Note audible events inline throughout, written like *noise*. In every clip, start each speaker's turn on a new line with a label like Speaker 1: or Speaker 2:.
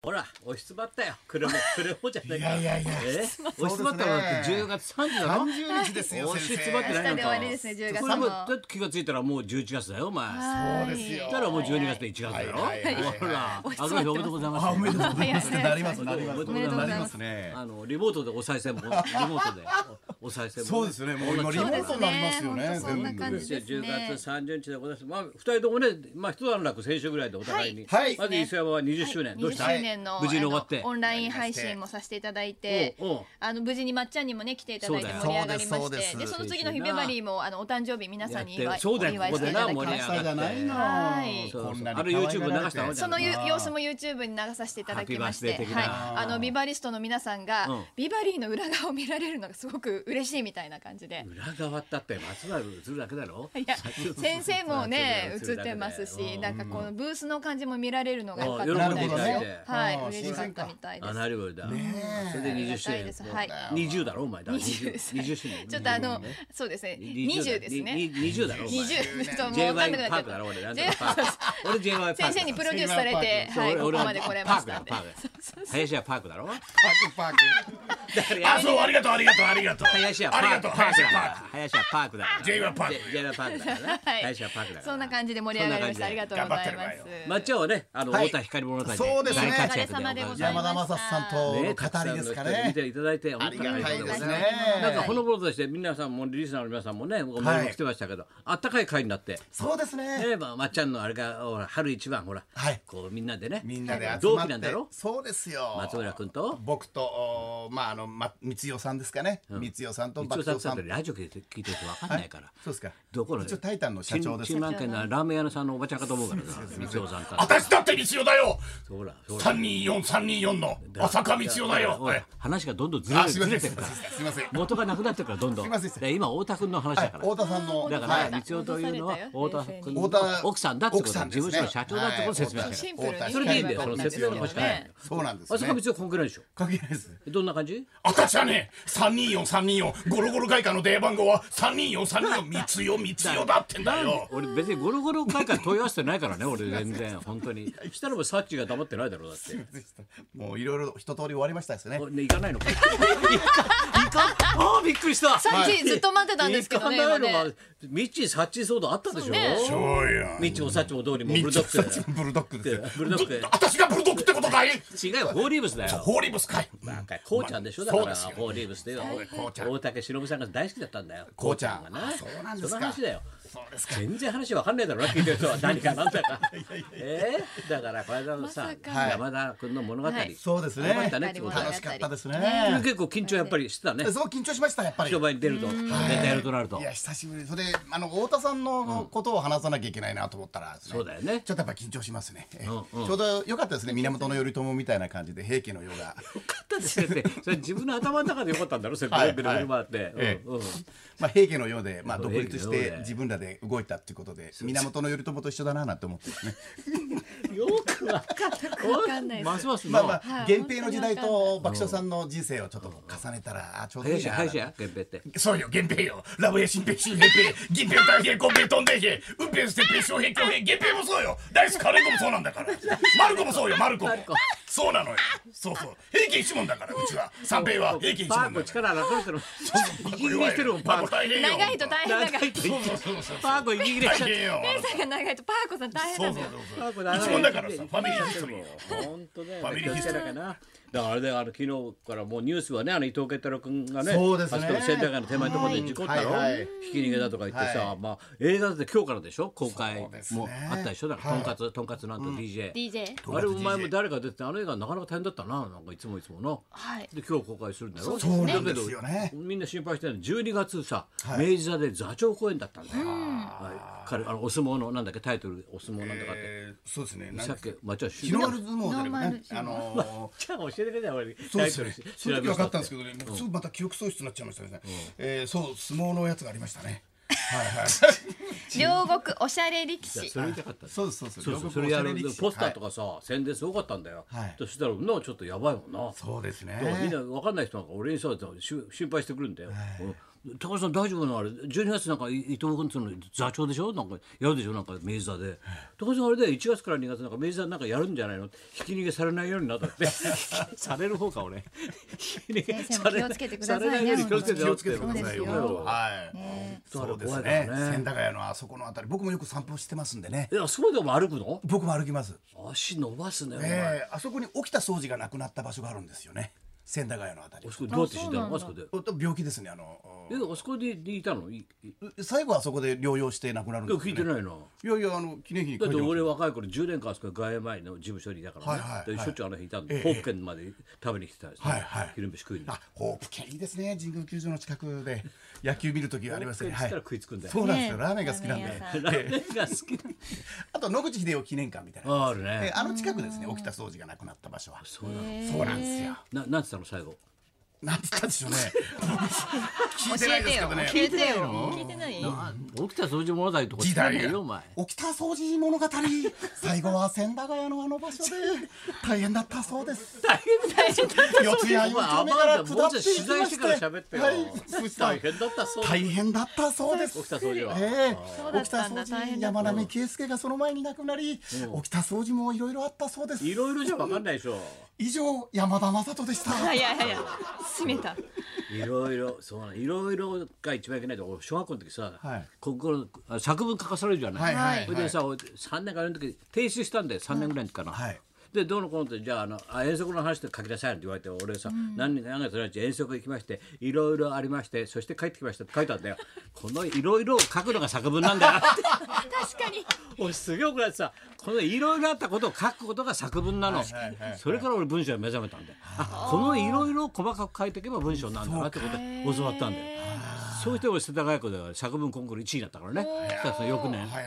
Speaker 1: ほら、押しつばったよ。
Speaker 2: *laughs*
Speaker 1: 車、車じゃない
Speaker 2: いやいやいや
Speaker 1: え押しつばったのだって10月30日なの
Speaker 2: 30日ですよ
Speaker 1: 押
Speaker 2: 先
Speaker 1: しつばって
Speaker 2: 生
Speaker 1: ないの
Speaker 3: 明日で終わりですね10月も
Speaker 1: 多分だって気がついたらもう11月だよ、お前。
Speaker 2: そうですよ
Speaker 1: だからもう12月で1月だろ。
Speaker 2: はいはいはいはい
Speaker 1: ほら、
Speaker 3: 押し
Speaker 1: あ
Speaker 3: つ
Speaker 1: の
Speaker 3: ば
Speaker 1: 日おめで
Speaker 3: ってます
Speaker 1: とうございます。
Speaker 2: あおめでとうござい *laughs* ます
Speaker 3: 早い
Speaker 2: なりますなります
Speaker 1: おめでとうございます
Speaker 2: なりますね
Speaker 1: *laughs* あのリモートでお賽銭もリモートでおお賽銭もね、
Speaker 2: そうですねもう今リ
Speaker 1: そ
Speaker 2: モ
Speaker 1: うで
Speaker 2: ー
Speaker 1: す
Speaker 2: トになりますよね
Speaker 3: そうで
Speaker 2: 全
Speaker 3: すね
Speaker 2: 部
Speaker 3: 本当そんな感じ
Speaker 1: じゃあ10月30日でございます。まあ二人ともね、まあ一段落先週ぐらいでお互いに。
Speaker 2: はいはい
Speaker 1: まず磯山は20周年、どう
Speaker 3: 20
Speaker 1: した？
Speaker 3: 周年の
Speaker 1: 無事に終わって
Speaker 3: あのオンライン配信もさせていただいて
Speaker 1: おうおう
Speaker 3: あの無事にまっちゃんにもね来ていただいて
Speaker 1: そう
Speaker 3: 盛
Speaker 1: だ
Speaker 3: り
Speaker 2: よ
Speaker 3: 上がりま
Speaker 2: そ
Speaker 3: し
Speaker 2: うですそう
Speaker 3: てで
Speaker 2: です
Speaker 3: その次の日メバリーもあのお誕生日皆さんに祝
Speaker 1: やっ
Speaker 3: い
Speaker 1: てそう
Speaker 3: お
Speaker 1: だよ
Speaker 3: 祝いしていただきま
Speaker 1: ここでな盛り上がって
Speaker 2: 朝
Speaker 3: した
Speaker 2: じゃないの
Speaker 3: はい
Speaker 1: そう
Speaker 2: こん
Speaker 1: そう
Speaker 2: なに
Speaker 1: あれ YouTube
Speaker 2: 可愛がら
Speaker 1: 流
Speaker 2: れ
Speaker 1: してたのじゃ
Speaker 3: そ
Speaker 1: ん
Speaker 3: のゆ様子も YouTube に流させていただきまし
Speaker 1: ハ
Speaker 3: て
Speaker 1: ッピーバースデー的な
Speaker 3: はい、あのビバリストの皆さんが、
Speaker 1: うん
Speaker 3: ビバリーの裏側を見られるのがすごく嬉しいみたいな感じで。
Speaker 1: 裏側だって松原映るだけだろ
Speaker 3: いや先生
Speaker 1: *laughs*
Speaker 3: もね映ってます
Speaker 1: うん
Speaker 3: しなんかこのブースの感じも見られるのが良かった
Speaker 1: 喜ん
Speaker 3: み
Speaker 1: で
Speaker 3: た
Speaker 1: いた
Speaker 3: いです
Speaker 1: だい
Speaker 3: よ
Speaker 1: て、
Speaker 3: はい
Speaker 2: あー
Speaker 3: 嬉しかったみたいで
Speaker 1: ア
Speaker 3: す
Speaker 1: ナリブルだ、それで20周
Speaker 3: ありがたいです
Speaker 1: 年、
Speaker 3: はい
Speaker 1: 20だろお前だ
Speaker 3: 20
Speaker 1: 20,
Speaker 3: です
Speaker 1: 20周年
Speaker 3: ちょっとあのそうですね20ですね
Speaker 1: 20だろお前
Speaker 3: 20ちょっ *laughs* ともう分かんなく
Speaker 1: J.Y. パ
Speaker 3: な
Speaker 1: ーク
Speaker 3: っち
Speaker 1: だ
Speaker 3: ゃ
Speaker 1: ろ俺な
Speaker 3: っ
Speaker 1: ん
Speaker 3: た
Speaker 1: とかパーク俺 J.Y. パーク
Speaker 3: 先生にプロデュースされて
Speaker 1: そう
Speaker 3: は
Speaker 1: 俺
Speaker 3: いここ
Speaker 1: 俺は
Speaker 3: まで来れましたんで
Speaker 1: パ
Speaker 3: *laughs*
Speaker 1: ークだパーク林家パークだろ
Speaker 2: パークパークあそうありがとうありがとうありがとう
Speaker 1: 林家パ
Speaker 2: あり
Speaker 1: ー
Speaker 2: が
Speaker 1: ク
Speaker 2: とう
Speaker 1: パーク
Speaker 2: 林
Speaker 1: だ
Speaker 2: 家パ
Speaker 1: から
Speaker 2: ーク
Speaker 1: 林家パークだから
Speaker 2: J.Y. パーク
Speaker 1: J.Y. パークだからな
Speaker 3: はい
Speaker 1: 林家パークだから
Speaker 3: そんな感じで盛り上がりましたありがとうございま
Speaker 2: 頑張っ
Speaker 3: す
Speaker 2: てる
Speaker 1: まっちゃんはね、あの、
Speaker 2: はい
Speaker 1: 太田光物語で
Speaker 2: そうですね
Speaker 1: 大活躍でございま
Speaker 3: お疲れ様でご
Speaker 1: す。
Speaker 3: ざいま
Speaker 1: ね
Speaker 2: 山田正史さんとの
Speaker 1: たくさん
Speaker 2: 語
Speaker 1: の
Speaker 2: り
Speaker 1: 人
Speaker 2: ですか
Speaker 1: に見
Speaker 2: ね
Speaker 1: ていただいて、本当にありがとうございます
Speaker 3: ありがたいですね
Speaker 1: なんかほのぼのとして、皆さんもリスナーの皆さんもね、ごメールも来てましたけど、あったかい会になって。
Speaker 2: そうですね
Speaker 1: ね、まあ、まっちゃんのあれが、ほら、春一番、ほら、
Speaker 2: はい
Speaker 1: こうみんなでね、
Speaker 2: みんなで集まって
Speaker 1: 同期なんだろ
Speaker 2: そうですよ
Speaker 1: 松村君と。
Speaker 2: 僕とおまああのま光代さんですかね光代さんと
Speaker 1: 一応
Speaker 2: 爆
Speaker 1: さ
Speaker 2: 笑
Speaker 1: ん
Speaker 2: さ
Speaker 1: さ
Speaker 2: ん
Speaker 1: んってラジオ聞いて聞いてるとわかんないから。
Speaker 2: そうですか
Speaker 1: どこの
Speaker 2: 一応タイタンの社長です
Speaker 1: 中満県のラーメン屋のさんのおばちゃんかと思うからさ、三尾さんから。
Speaker 2: 私だって光代だよ
Speaker 1: ほら、ほら。
Speaker 2: 324324の
Speaker 1: ほら話がどんどんずれ
Speaker 2: あ
Speaker 1: て
Speaker 2: すいま
Speaker 1: ず
Speaker 2: せ
Speaker 1: れてる
Speaker 2: んすい
Speaker 1: か
Speaker 2: ま
Speaker 1: ら
Speaker 2: せん。すいません
Speaker 1: 元がなくなってるからどんどん。
Speaker 2: すいません
Speaker 1: で今太田君の話だから。
Speaker 2: 太田さんの
Speaker 1: だから
Speaker 2: はい
Speaker 1: 光代というのは太田君の
Speaker 2: 太田
Speaker 1: 奥さんだってこと
Speaker 2: 奥さん
Speaker 1: 事
Speaker 2: ですね
Speaker 1: 務所の社長だってことを説明
Speaker 2: はい
Speaker 1: し
Speaker 3: シ
Speaker 1: て
Speaker 3: ンプルに
Speaker 1: それでいいんだよその説明の
Speaker 3: 欲
Speaker 1: 場
Speaker 3: し
Speaker 1: 所
Speaker 3: か
Speaker 1: が
Speaker 3: な
Speaker 1: ないい
Speaker 3: ね
Speaker 2: そうなんです
Speaker 1: あそこは
Speaker 2: ね
Speaker 1: 別に関係ないでしょ。
Speaker 2: 関係ないです
Speaker 1: どんな感じ？
Speaker 4: 私はね、三人四三人四、ゴロゴロ外貨の電話番号は三人四三人四、三つよ三つよだってんだよ。
Speaker 1: 俺別にゴロゴロ会から問い合わせてないからね俺全然本当に。そしたらもうサッチが黙ってないだろうだって。
Speaker 2: もういろいろ一通り終わりましたですね
Speaker 1: おね行かないのか。行か行かあーびっくりした。
Speaker 3: サッチずっと待ってたんですけ
Speaker 1: 行
Speaker 3: ど
Speaker 1: か
Speaker 3: ね
Speaker 1: な
Speaker 3: 今
Speaker 1: いの
Speaker 3: ね
Speaker 1: がミッチーサッチー騒動あったでしょ
Speaker 3: そう。ね
Speaker 4: そうや。
Speaker 1: ミッチーもサッチもどうにもブルドッグだよ。
Speaker 2: ブルドッグですよ
Speaker 1: ブルドッグだよ。
Speaker 4: 私がブルドックってことかい
Speaker 1: 違うよホーリーブスだよ。
Speaker 4: ホーリーブスかい
Speaker 1: なんかこうちゃんでしょだか
Speaker 4: ま
Speaker 1: ら
Speaker 4: あそうですよ
Speaker 1: ホーリーブスで
Speaker 4: こうちゃん
Speaker 1: 大竹しのぶさんが大好きだったんだよ
Speaker 2: こうちゃん
Speaker 1: こがね
Speaker 2: そうなんですか
Speaker 1: その話だよ
Speaker 2: そうです
Speaker 1: 全然話わかんないだろうな聞いてる人は何かなんだか
Speaker 2: *laughs*
Speaker 1: えーだからこの間のさ
Speaker 3: まさか
Speaker 2: はい
Speaker 1: 山田君の物語
Speaker 3: はい
Speaker 2: そうですね
Speaker 1: よかったねってこと
Speaker 2: 楽しかったですね
Speaker 1: だ結構緊張やっぱりしてたね
Speaker 2: そう緊張しましたやっぱり
Speaker 1: 人前に出るとネタやるとなると
Speaker 2: いや久しぶりそれであの太田さんのことを話さなきゃいけないなと思ったらです、
Speaker 1: そうだよね
Speaker 2: ちょっとやっぱ緊張しますね、ええ
Speaker 1: うんうん
Speaker 2: ちょうど良かったですね源頼朝みたいな感じで平家の世
Speaker 1: *laughs*
Speaker 2: が
Speaker 1: だって先生それ自分の頭の中でよかったんだろ先生
Speaker 2: はい
Speaker 1: ベルベル回って
Speaker 2: ええ
Speaker 1: うんうん
Speaker 2: まあ平家のようで、まあ、独立し
Speaker 1: 平家の世で
Speaker 2: て自分らで動いたっていうことで源頼朝と一緒だななんて思ってですね
Speaker 1: よくわかん
Speaker 3: わかんないです
Speaker 1: ますます
Speaker 2: まあ
Speaker 1: の
Speaker 2: まあ
Speaker 3: はい
Speaker 2: 源平の時代と爆笑さんの人生をちょっと重ねたらあちょうどいい
Speaker 1: 林
Speaker 2: な
Speaker 1: 家
Speaker 2: なん
Speaker 1: 林
Speaker 2: て
Speaker 1: 家源平って
Speaker 4: そうよ、源平よ。ラブヘ新平新源平、銀平大平、五平飛んで平、運平捨て平小平強平、源平もそうよ。ダイスカレー子もそうなんだから。マルコもそうよ、マルコも
Speaker 1: ルコ。
Speaker 4: そうなのよ。そうそう。平家一門だから、うちは。三平は平家一
Speaker 1: パー
Speaker 4: 門
Speaker 1: ク
Speaker 4: だ
Speaker 1: 力
Speaker 4: から。
Speaker 1: なくな
Speaker 2: *laughs*
Speaker 1: ってる息切れしてるもんパー
Speaker 4: パ
Speaker 1: ク
Speaker 4: ーク
Speaker 3: 長いと大変だから
Speaker 1: 長いと言って
Speaker 4: そうそうそうそう
Speaker 1: パーク息切れし
Speaker 4: 大
Speaker 1: ちゃって
Speaker 4: 変よ。
Speaker 3: ペンさんが長いとパーコさん大変
Speaker 4: そ
Speaker 3: な
Speaker 4: うんそ
Speaker 3: だ
Speaker 4: う
Speaker 3: よ
Speaker 4: そうそう。一問だからさ、ファミリーヒストリーよ。
Speaker 1: 本当だよ、
Speaker 4: ファ
Speaker 1: ね、
Speaker 4: ミ
Speaker 1: 気
Speaker 4: リー
Speaker 1: を
Speaker 4: ヒ
Speaker 1: つ
Speaker 4: ス
Speaker 1: け
Speaker 4: ト
Speaker 1: なきゃな。だからあれであの昨日からもうニュースはねあの伊藤健太郎君がね、
Speaker 2: そうですね
Speaker 1: あそこのセンター街の手前のところで事故ったろ、
Speaker 2: はいはい
Speaker 1: ひき逃げだとか言ってさ、
Speaker 2: はい
Speaker 1: まあ映画で今日からでしょ公開
Speaker 2: そうですね
Speaker 1: もあったでしょだから、とんかつとんかつなんと DJ、
Speaker 3: DJ
Speaker 1: あれお前も誰か出ててあの映画なかなか大変だったななんかいつもいつもな。
Speaker 3: はい
Speaker 1: で今日公開するんだろ
Speaker 2: そうですね
Speaker 1: だけど
Speaker 2: そうですよね
Speaker 1: みんな心配してるの12月さ、
Speaker 2: はい
Speaker 1: 明治座で座長公演だったんだよ、はい、彼あのお相撲のなんだっけタイトルお相撲なんだかって、
Speaker 2: えーそうですねなん
Speaker 1: さ
Speaker 2: か
Speaker 1: っきまあちゃん知
Speaker 2: 日の丸相撲でね
Speaker 3: ノーマル相撲
Speaker 2: あのー
Speaker 1: ちゃん教えてくれたよ俺
Speaker 2: そうですね
Speaker 1: タイトル。
Speaker 2: その時分かったんですけ
Speaker 1: 調
Speaker 2: どね、すぐまた記憶喪失になっちゃいましたね。えーそう相撲のやつがありましたね。
Speaker 3: 両国おしゃれ力
Speaker 1: べ
Speaker 3: 士
Speaker 1: てそれ見たかったんです
Speaker 2: そうですそうです。
Speaker 1: そうそうそれやるポスターとかさ、宣伝すごかったんだよ、
Speaker 2: はい
Speaker 1: そしたらなちょっとやばいもんな
Speaker 2: そうです
Speaker 1: だからみん
Speaker 2: ね。
Speaker 1: な分かんない人なんか俺にさし心配してくるんだよ、うん高橋さん大丈夫なのあれ12月なんか伊藤君っつうの座長でしょなんかやるでしょなんか明治座で高橋さんあれで1月から2月なんか明治座なんかやるんじゃないのひき逃げされないようになった
Speaker 2: *laughs*
Speaker 1: ってされる方か俺ひき逃げ
Speaker 3: 先生も気をつけてくださいね
Speaker 1: されないように気をつけて
Speaker 2: 気をつけてくだ
Speaker 3: そう
Speaker 2: さ
Speaker 3: で
Speaker 2: い
Speaker 3: すよ
Speaker 2: よ。はい。そうです
Speaker 1: 怖い
Speaker 2: ね。
Speaker 1: からね
Speaker 2: 千駄ヶ谷のあそこのあたり、僕もよく散歩してますんでね。
Speaker 1: えあそこでも歩くの
Speaker 2: 僕も歩きます。
Speaker 1: 足伸ばすねお前、
Speaker 2: ええ、あそこに起きた掃除がなくなった場所があるんですよね。千駄ヶ谷のあたり
Speaker 1: あ。そこどうやって死んだのあそ
Speaker 3: あそう
Speaker 1: こで
Speaker 2: 病気ですね。あの
Speaker 1: えあそこでいたのいい
Speaker 2: 最後はあそこで療養して亡くなるん
Speaker 1: で
Speaker 2: で
Speaker 1: も
Speaker 2: す
Speaker 1: 聞い
Speaker 2: よ
Speaker 1: て
Speaker 2: ね。
Speaker 1: ないな。
Speaker 2: いやいやあの記念碑に書
Speaker 1: だ
Speaker 2: い
Speaker 1: ってて
Speaker 2: ます
Speaker 1: 俺若い頃10年間あそこ外苑前の事務所にいたからね、
Speaker 2: はいはいはい
Speaker 1: でしょっちゅうあの辺いたんで、
Speaker 2: ええ
Speaker 1: ホープ県まで食べに来てたんです、ね
Speaker 2: はいはい
Speaker 1: 昼飯食いに
Speaker 2: あ、ホープ県いいですね。神宮球場の近くで野球見る時がありますよね。
Speaker 1: ホー
Speaker 2: は
Speaker 1: プ
Speaker 2: い。
Speaker 1: 県っつったら食いつくんだよ
Speaker 2: そうなんですよ。
Speaker 3: ね
Speaker 2: ラーメンが好きなんで
Speaker 3: ラーメン屋。
Speaker 1: ラーメンが好きだ
Speaker 2: あと野口英世記念館みたいな。
Speaker 1: ある
Speaker 2: え
Speaker 1: ね
Speaker 2: あの近くですね。起きた掃除がなくなった場所は。
Speaker 1: そうなの
Speaker 2: そうなんですよ。
Speaker 1: ななんつったの最後
Speaker 2: なんつったんで
Speaker 1: *laughs*
Speaker 2: しょうね。聞いて
Speaker 3: 教
Speaker 2: ないで
Speaker 3: えて
Speaker 2: すけ
Speaker 3: よ
Speaker 2: どね。
Speaker 3: 教えてよ聞いてない
Speaker 1: 起きた掃除物語とか
Speaker 2: 時代
Speaker 1: よ
Speaker 2: よ
Speaker 1: お前
Speaker 2: 起きた掃除物語最後は千駄ヶ谷のあの場
Speaker 1: *laughs*
Speaker 2: 所で大変だったそうです
Speaker 1: 大変だよ
Speaker 2: 四
Speaker 1: *laughs*
Speaker 2: 谷四丁目から
Speaker 1: も
Speaker 2: 下
Speaker 1: う
Speaker 2: っ
Speaker 1: ち
Speaker 2: て
Speaker 1: ょっと取材
Speaker 2: いきま
Speaker 1: して
Speaker 2: して
Speaker 1: から喋ってよ、
Speaker 2: はい、
Speaker 1: 大変だったそうだ
Speaker 2: *laughs* 大変だったそうです
Speaker 1: 起きた掃除は、
Speaker 2: え
Speaker 3: そう
Speaker 2: え、
Speaker 3: だ
Speaker 2: 沖
Speaker 3: っ
Speaker 2: 田
Speaker 3: たんだ
Speaker 2: 総
Speaker 3: 大
Speaker 2: 司
Speaker 3: 変だ
Speaker 2: 山並圭介がその前に亡くなり、沖田総司もいろいろあったそうです
Speaker 1: いろいろじゃ分かんないでしょ
Speaker 2: 以上山田雅人でした
Speaker 3: いやいやいや閉めた
Speaker 1: いろいろそうなのいろいろが一番いけないと俺小学校の時さ、
Speaker 2: はい
Speaker 1: 国語のあ作文書かされるじゃない、
Speaker 2: はいはいはい
Speaker 1: それでさ俺3年か4年の時提出したんだよ3年ぐらいの時かな、
Speaker 2: はい
Speaker 1: でどうのこうのってじゃああのあ遠足の話で書きなさいって言われて俺さ、何人か何月何日遠足行きましていろいろありましてそして帰ってきましたって書いたんだよこのいろいろを書くのが作文
Speaker 2: *laughs*
Speaker 1: なんだよ
Speaker 3: 確かに
Speaker 1: 俺すげえ怒られてさこのいろいろあったことを書くことが作文なの、
Speaker 2: はいはいはい
Speaker 1: それから俺文章に目覚めたんだよあこのいろいろ細かく書いていけば文章になるんだなってことで教わったんだよそうして俺世田谷区では作文コンクール1位だったからねそしたらその翌年
Speaker 2: はいはいは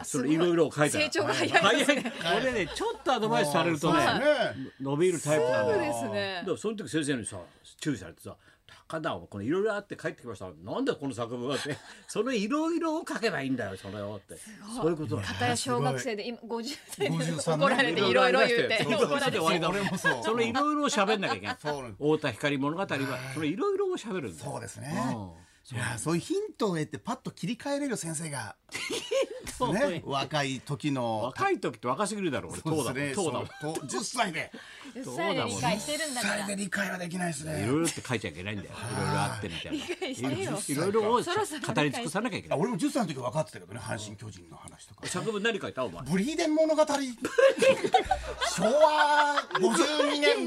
Speaker 2: い
Speaker 1: それいろいろ書いたら
Speaker 3: 成長が早いですね
Speaker 1: 早い俺ねちょっとアドバイスされるとね
Speaker 2: そうですね
Speaker 1: 伸びるタイプなん
Speaker 3: そう
Speaker 1: だ
Speaker 3: で
Speaker 1: よ
Speaker 3: すね
Speaker 1: だからその時先生にさ注意されてさ「高田このいろいろあって帰ってきましたなんでこの作文は」って「そのいろいろを書けばいいんだよそれを」ってそういうことだよ
Speaker 3: 片や小学生で今50歳で
Speaker 2: 53
Speaker 3: 怒られていろいろ言って
Speaker 1: そう
Speaker 3: 怒られて
Speaker 1: 終わりだもん
Speaker 2: 俺もそう
Speaker 1: そのいろいろを喋んなきゃいけない
Speaker 2: そうなんです
Speaker 1: 太田光物語はそのいろいろを喋るんだよ
Speaker 2: そうですね
Speaker 1: うん
Speaker 2: いやそういうヒントを得てパッと切り替えれる先生がね若い時の
Speaker 1: 若い時って若すぎるだろ俺そうだもんそうだもん
Speaker 2: そうと10歳で
Speaker 3: 10歳で理解してるんだ
Speaker 2: そ
Speaker 3: か
Speaker 2: れ
Speaker 3: ら
Speaker 2: で理解はできないです
Speaker 1: い
Speaker 2: ね
Speaker 1: ろいろって書いちゃいけないんだよ。いろいろあってみたいな。
Speaker 3: 解してよ
Speaker 1: いろいろを
Speaker 3: そろそろ理解して
Speaker 1: 語り尽くさなきゃいけな
Speaker 2: あ
Speaker 1: い。
Speaker 2: 俺も10歳の時分かってたけどね阪神・巨人の話とか
Speaker 1: 作文何書いたお前。
Speaker 2: ブリーデン物語昭和52年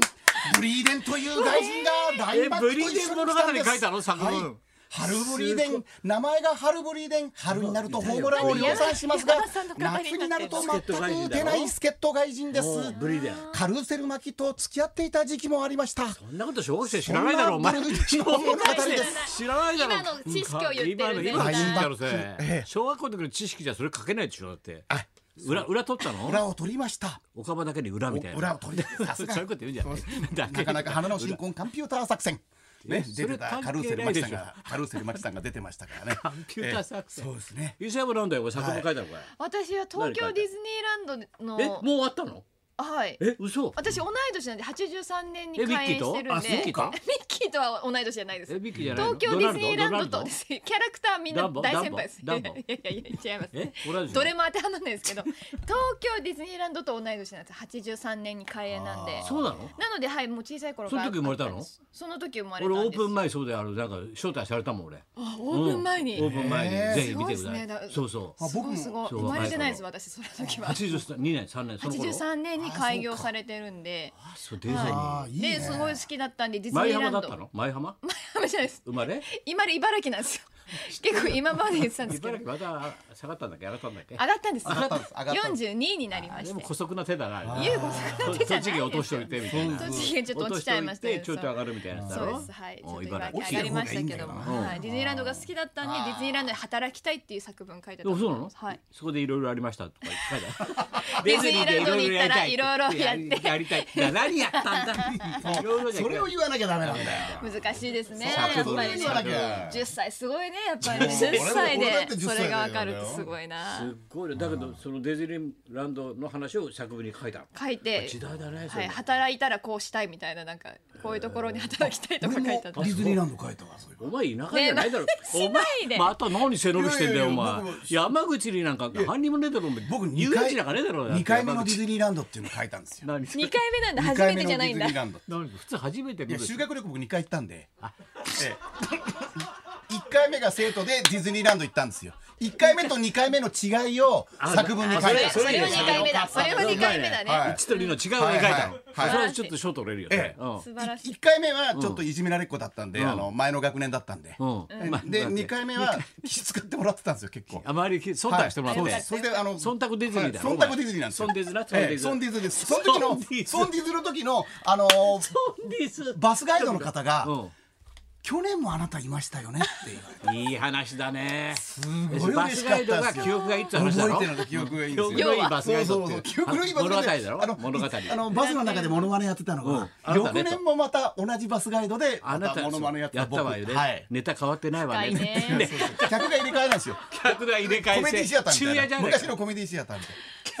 Speaker 2: ブリーデンという外人が大幕と一緒に
Speaker 1: えブリ
Speaker 2: 来たんです
Speaker 1: ーデン物語書いたの作文
Speaker 2: はい春ブリーデン名前が春ブリーデン春になるとホームランを量産しますが
Speaker 3: 山田さんの語りになって
Speaker 2: 夏
Speaker 3: る
Speaker 2: になると全く打てない助っ人外人です
Speaker 1: おうブリーデン
Speaker 2: カルーセル巻きと付き合っていた時期もありました
Speaker 1: そんなこと小学生知らないだろお前。
Speaker 2: そんなブリ
Speaker 1: 小
Speaker 2: ーデン物語
Speaker 1: 学
Speaker 2: で
Speaker 1: 生
Speaker 2: す
Speaker 1: 知らないだろ。
Speaker 3: 今の知識を言ってる
Speaker 1: 今の今の知識だろそ
Speaker 2: ラインバック
Speaker 1: れ。小学校の時の知識じゃそれ書けないでしょだって。
Speaker 2: あ
Speaker 1: 裏裏取ったの？
Speaker 2: 裏を取りました
Speaker 1: 岡場だけに裏みたいな。
Speaker 2: 裏を取りさすが
Speaker 1: そういうこと言うんじゃない。
Speaker 2: *laughs* なかなか花の新婚コンピューター作戦。ね、
Speaker 1: そ
Speaker 2: 出
Speaker 1: れ
Speaker 2: てた
Speaker 1: 関係
Speaker 2: カルーセルマキさん
Speaker 1: ない
Speaker 2: が、カルーセルマキさんが出てましたからね。
Speaker 1: コンピューター作戦
Speaker 2: ええそうですね。
Speaker 1: ユーシャブなんだよこれ作文書いたのこ
Speaker 3: 私は東京ディズニーランド
Speaker 1: れ。えも
Speaker 3: の
Speaker 1: う終わったの？
Speaker 3: はい
Speaker 1: え嘘。
Speaker 3: 私同い年なんで83年に
Speaker 1: えミッ
Speaker 3: 開
Speaker 1: キー
Speaker 3: 園し
Speaker 1: と
Speaker 3: てるんで
Speaker 1: あそうか
Speaker 3: ミッキーとは同い年じゃないです
Speaker 1: えビッキーじゃないの
Speaker 3: 東京ディズニーランドと
Speaker 1: ドナルドドナルド
Speaker 3: ですねキャラクターみんな大先輩ですい
Speaker 1: ダ
Speaker 3: や
Speaker 1: ン
Speaker 3: い
Speaker 1: ボダンボ
Speaker 3: やいや違いま
Speaker 1: え
Speaker 3: す
Speaker 1: これはですね
Speaker 3: どれも当てはまらないですけど東京ディズニーランドと同い年なんです83年に開園なんで
Speaker 1: そうなの？
Speaker 3: なのではいもう小さい頃から
Speaker 1: その時生まれたの
Speaker 3: その時生まれた
Speaker 1: 俺
Speaker 3: ん
Speaker 1: オ
Speaker 3: です
Speaker 1: ープン前そうであのなんか招待されたもん俺。
Speaker 3: あオープン前に、
Speaker 1: オープン前
Speaker 2: へ
Speaker 1: に
Speaker 2: ー
Speaker 1: ぜひ見てく
Speaker 3: す
Speaker 1: だ
Speaker 3: ご
Speaker 1: さい
Speaker 3: いですねだ。
Speaker 1: そうそう。
Speaker 2: あ僕も
Speaker 3: すごいす
Speaker 1: そ
Speaker 3: ご
Speaker 1: う
Speaker 3: い生まれてないで
Speaker 1: 若い
Speaker 3: す
Speaker 1: 頃
Speaker 3: 私その時は
Speaker 1: 八十二年三年その頃。
Speaker 3: 83年に開業されてるんで
Speaker 1: そうデザ
Speaker 2: あ、
Speaker 1: イン。
Speaker 2: いいね。
Speaker 3: ですごい好きだったんでディズニ
Speaker 1: 舞
Speaker 3: ーラ
Speaker 1: 浜
Speaker 3: ン
Speaker 1: だ
Speaker 3: ド
Speaker 1: ったの？舞浜？
Speaker 3: ダメじゃないです
Speaker 1: 生まれ？
Speaker 3: 今まで茨城なんですよ結構今まで言ってたんですけど
Speaker 1: 茨
Speaker 3: 上
Speaker 1: 城また下がったんだっけ上がったんだっけ？
Speaker 3: がったんですよ
Speaker 2: 上がったんです上がったんです
Speaker 3: 42になりま
Speaker 1: で
Speaker 3: し
Speaker 1: も
Speaker 3: て
Speaker 1: 古速な手だな。
Speaker 3: 優子さんの手じゃない
Speaker 1: 栃木落としといてみたいな。
Speaker 3: 栃木ちょっと落ちちゃいました
Speaker 1: 落としといてちょっと上がるみたいなやつだ
Speaker 3: そう
Speaker 1: ろ。
Speaker 3: ですはいち
Speaker 1: お
Speaker 3: ょっと
Speaker 1: 茨城。
Speaker 3: 茨城上がりましたけども
Speaker 2: 落
Speaker 1: ちてる方がいいんだよな
Speaker 3: はいディズニーランドが好きだったんでディズニーランドで働きたいっていう作文書いて
Speaker 1: で
Speaker 3: た
Speaker 1: もそうなの？
Speaker 3: はい
Speaker 1: そこでいろいろありましたとか書いてある。
Speaker 3: ディズニーランドに行ったらいろいろやって
Speaker 1: やりやりたい。な何やったんだ。いろいろじゃいけない
Speaker 2: それを言わなきゃダメなんだよ。
Speaker 3: 難しいですねや
Speaker 2: 作
Speaker 3: っ
Speaker 2: 文
Speaker 3: ぱ
Speaker 2: を
Speaker 3: り
Speaker 2: 言わなきゃ
Speaker 3: 10歳すごいねねやっぱり
Speaker 4: そう
Speaker 3: 10歳
Speaker 4: 俺だ
Speaker 3: で
Speaker 4: って10
Speaker 3: そ
Speaker 4: 歳
Speaker 3: れが
Speaker 4: だ
Speaker 3: わ
Speaker 4: よ
Speaker 3: かるってすごいな
Speaker 1: すっごいねだけどそのディズニーランドの話を作文に書いた
Speaker 3: 書いて
Speaker 1: 時代だねそ
Speaker 3: は
Speaker 1: れ
Speaker 3: い、働いたらこうしたいみたいななんかこういうところに働きたいとか書
Speaker 2: 俺も
Speaker 3: い
Speaker 2: デ
Speaker 3: てあった
Speaker 2: ィズニーランド帰ったわそういえば
Speaker 1: お前田舎じゃないだろ、お前
Speaker 3: 市内で
Speaker 1: また何背伸びしてんだよお
Speaker 4: いやいやいや
Speaker 1: 前
Speaker 4: 僕も
Speaker 1: 山口になんか何にもねえだろお前
Speaker 2: 僕
Speaker 1: 遊園
Speaker 2: 2回
Speaker 1: 地なんかねえだろ
Speaker 2: 二回目のディ
Speaker 1: ニ
Speaker 2: ズニーランドっていうの書いたんですよ
Speaker 1: 何
Speaker 3: 2回目なんで
Speaker 2: 二
Speaker 3: *laughs* 初
Speaker 2: 回
Speaker 3: め
Speaker 2: 目
Speaker 3: て
Speaker 2: の
Speaker 3: じゃ
Speaker 2: ディ
Speaker 3: ないん
Speaker 2: ズ
Speaker 3: だ
Speaker 2: ニーランド
Speaker 1: 何普通初めて
Speaker 2: い
Speaker 1: 見
Speaker 2: や
Speaker 1: る
Speaker 2: 修学旅行僕2回行ったんで
Speaker 1: あ
Speaker 2: 1回目が生徒でディズニーランド行ったんですよ1回目と2回目の違いを作文に書
Speaker 1: あ
Speaker 2: い
Speaker 3: そ
Speaker 2: た
Speaker 3: れ
Speaker 1: そ
Speaker 3: そ
Speaker 1: れ
Speaker 3: れは2回目だそれは2回目だね、
Speaker 2: はい
Speaker 1: 1と2の違いを描いたの、
Speaker 2: はいはいはい
Speaker 1: それはちょっと賞取れるよね、
Speaker 2: ええ
Speaker 1: うん
Speaker 3: 素晴らしい
Speaker 2: 1回目はちょっといじめられっ子だったんで、
Speaker 1: うん
Speaker 2: あの前の学年だったんで、
Speaker 1: うんまあ
Speaker 2: で
Speaker 1: だって
Speaker 2: 2回目は気遣ってもらってたんですよ結構
Speaker 1: あまり忖度してもらって、
Speaker 2: はいそうですそれであの
Speaker 1: 忖度ディズニーだろ
Speaker 2: はい忖度ディズニーなんです
Speaker 1: 忖
Speaker 2: よ
Speaker 1: 度ディズニーな
Speaker 2: ええソンディズですその時
Speaker 1: ソ
Speaker 2: の
Speaker 1: ンディズ
Speaker 2: ソンディズの時のあのー
Speaker 1: ソンディズ
Speaker 2: バスガイドの方が
Speaker 1: うん
Speaker 2: 去年もあなたいましたよねって言われて
Speaker 1: いい話だね。
Speaker 2: ごい
Speaker 1: バ
Speaker 2: 嬉
Speaker 1: ス
Speaker 2: しか
Speaker 1: ガ
Speaker 2: っ
Speaker 1: イド
Speaker 2: た
Speaker 1: が
Speaker 2: っすよ
Speaker 1: 記憶がいいって話だ
Speaker 2: 覚
Speaker 1: ろ
Speaker 2: えて。るの記憶がいいん
Speaker 1: 記
Speaker 2: です
Speaker 1: 憶
Speaker 2: よ
Speaker 1: のいいバスガイドってい
Speaker 2: そううそうそう記憶のいいバスガイドで
Speaker 1: 物語だろ物語
Speaker 2: あのバスの中でモノマネやってたのが、
Speaker 1: うん
Speaker 2: 翌年もまた同じバスガイドで
Speaker 1: あ
Speaker 2: ま
Speaker 1: な
Speaker 2: た
Speaker 1: た
Speaker 2: モノマネやって
Speaker 1: や
Speaker 2: た
Speaker 1: った
Speaker 2: 僕
Speaker 1: わよね、
Speaker 2: はい
Speaker 1: ネタ変わってないわね。
Speaker 3: 深いね
Speaker 1: で
Speaker 2: 客が入れ替えなんですよ
Speaker 1: 客が入れ替
Speaker 2: コメディ
Speaker 1: え
Speaker 2: シアタ
Speaker 1: て、
Speaker 2: ー
Speaker 1: 昼
Speaker 2: み
Speaker 1: 夜
Speaker 2: たい
Speaker 1: じゃな
Speaker 2: な
Speaker 1: い
Speaker 2: 昔のコメディシアターみたい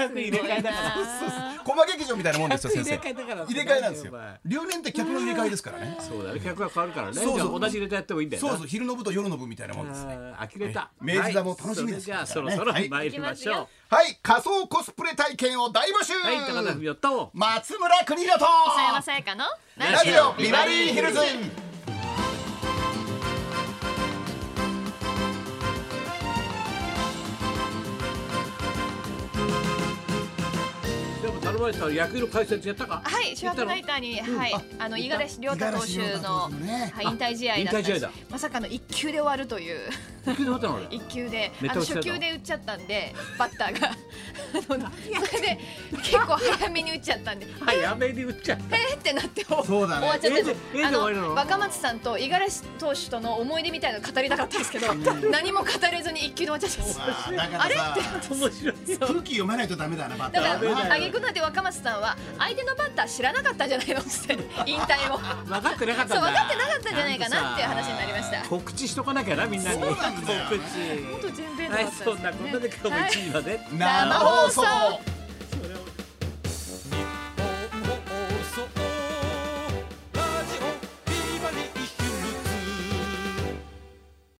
Speaker 1: 客入れ替えだから。
Speaker 2: なコマ劇場みたいなもんですよ
Speaker 1: 客
Speaker 2: 先
Speaker 1: 入れ
Speaker 2: 生
Speaker 1: 替えだから
Speaker 2: 入れ替えなんですよ
Speaker 1: お前
Speaker 2: 留年って客の入れ替えですからね
Speaker 1: そうだね、客が変わるからね。
Speaker 2: そうそう
Speaker 1: じゃあ同じネタやってもいいんだよな。
Speaker 2: そうそう昼の部と夜の部みたいなもんですね
Speaker 1: あー呆れた。
Speaker 2: 明治座も楽しみ
Speaker 1: は
Speaker 2: で
Speaker 1: い
Speaker 2: す
Speaker 1: それじゃあそろ
Speaker 2: ね
Speaker 1: そろ
Speaker 2: はい
Speaker 1: 参りましょう。
Speaker 2: はい仮想コスプレ体験を大募集
Speaker 1: はい、高田文夫と。
Speaker 2: 松村邦洋と
Speaker 3: 磯山さやかの
Speaker 2: ラジオビバリーヒルズ
Speaker 1: でも頼まれてた野球の解説やったか。
Speaker 3: はい、ショーアップナイターに、はい、あの五十嵐亮太投手
Speaker 2: 五十嵐亮太
Speaker 3: の、
Speaker 2: 投手のね
Speaker 3: はい、引退試合だっ
Speaker 1: 引退試合
Speaker 3: た
Speaker 1: だ
Speaker 3: し、まさかの一球で終わるという。
Speaker 1: 野球で終わったのあれ
Speaker 3: 一球で、
Speaker 1: ネ
Speaker 3: あ
Speaker 1: タ
Speaker 3: の
Speaker 1: 打ちだ
Speaker 3: 初
Speaker 1: った
Speaker 3: 球で打っちゃったんで、バッターが。あのそれで、結構早めに打っちゃったんで、
Speaker 1: 早めに打っちゃった。
Speaker 3: えーってなって終
Speaker 2: そうだね
Speaker 3: 終わっちゃったんです
Speaker 1: えーでえーで終わりなの
Speaker 3: 若松さんと五十嵐投手との思い出みたいなの語りたかったんですけど何も語れずに一球で終わっちゃったんです
Speaker 2: だからさ
Speaker 1: 面白い。
Speaker 2: 空気読めないとダメだなバッタ
Speaker 3: だ
Speaker 1: ダ
Speaker 2: ーは
Speaker 1: メ
Speaker 3: から挙句なんて若松さんは相手のバッター知らなかったんじゃないの
Speaker 1: *laughs*
Speaker 3: っつって引退を
Speaker 1: 分かってなかったんだ
Speaker 3: そう分かってなかったんじゃないかなっていう話になりました
Speaker 1: 告知しとかなきゃなみんなに
Speaker 2: そうなんだよ
Speaker 1: 告知
Speaker 3: 全米
Speaker 1: はいそんなことで今日も1時まで、
Speaker 2: 生放送